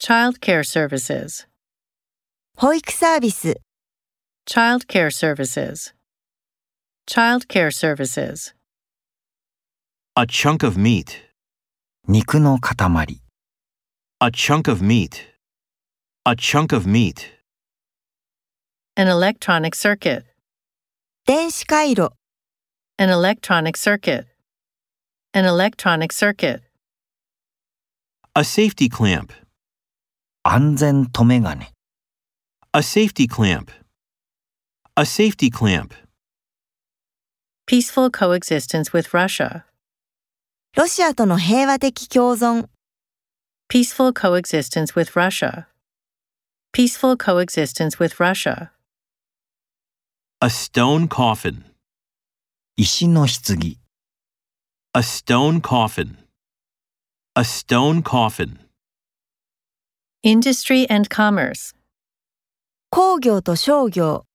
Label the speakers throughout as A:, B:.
A: Child Care Services.
B: 保育サービス、
A: Child Care Services. Child Care Services.
C: A chunk of meat.
D: 肉の塊、
C: A chunk of meat. A chunk of meat.
A: An electronic circuit.
B: 電子回路、
A: An electronic circuit. An electronic circuit.
C: A safety clamp.
D: 安全とメガネ、
C: A safety clamp. A safety clamp.
A: Peaceful coexistence with Russia.
B: ロシアとの平和的共存、
A: Peaceful coexistence with Russia. Peaceful coexistence with Russia.
C: A stone coffin.
D: 石の棺、
C: A stone coffin. A stone coffin.
A: Industry and commerce.
B: 工業と商業、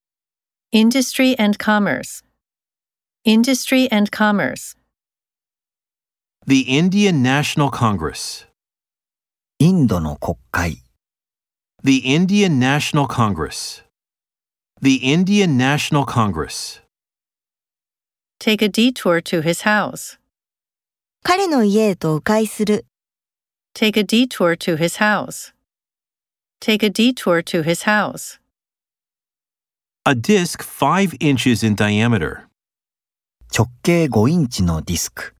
A: Industry and commerce. Industry and commerce.
C: The Indian National Congress.
D: インドの国会、
C: The Indian National Congress. The Indian National Congress.
A: Take a detour to his house.
B: 彼の家へと迂回する、
A: Take a detour to his house. Take a detour to his house.
C: A disc 5 inches in diameter.
D: 直径5インチのディスク、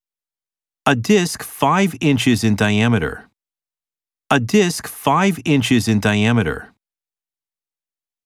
C: A disc 5 inches in diameter. A disc 5 inches in diameter.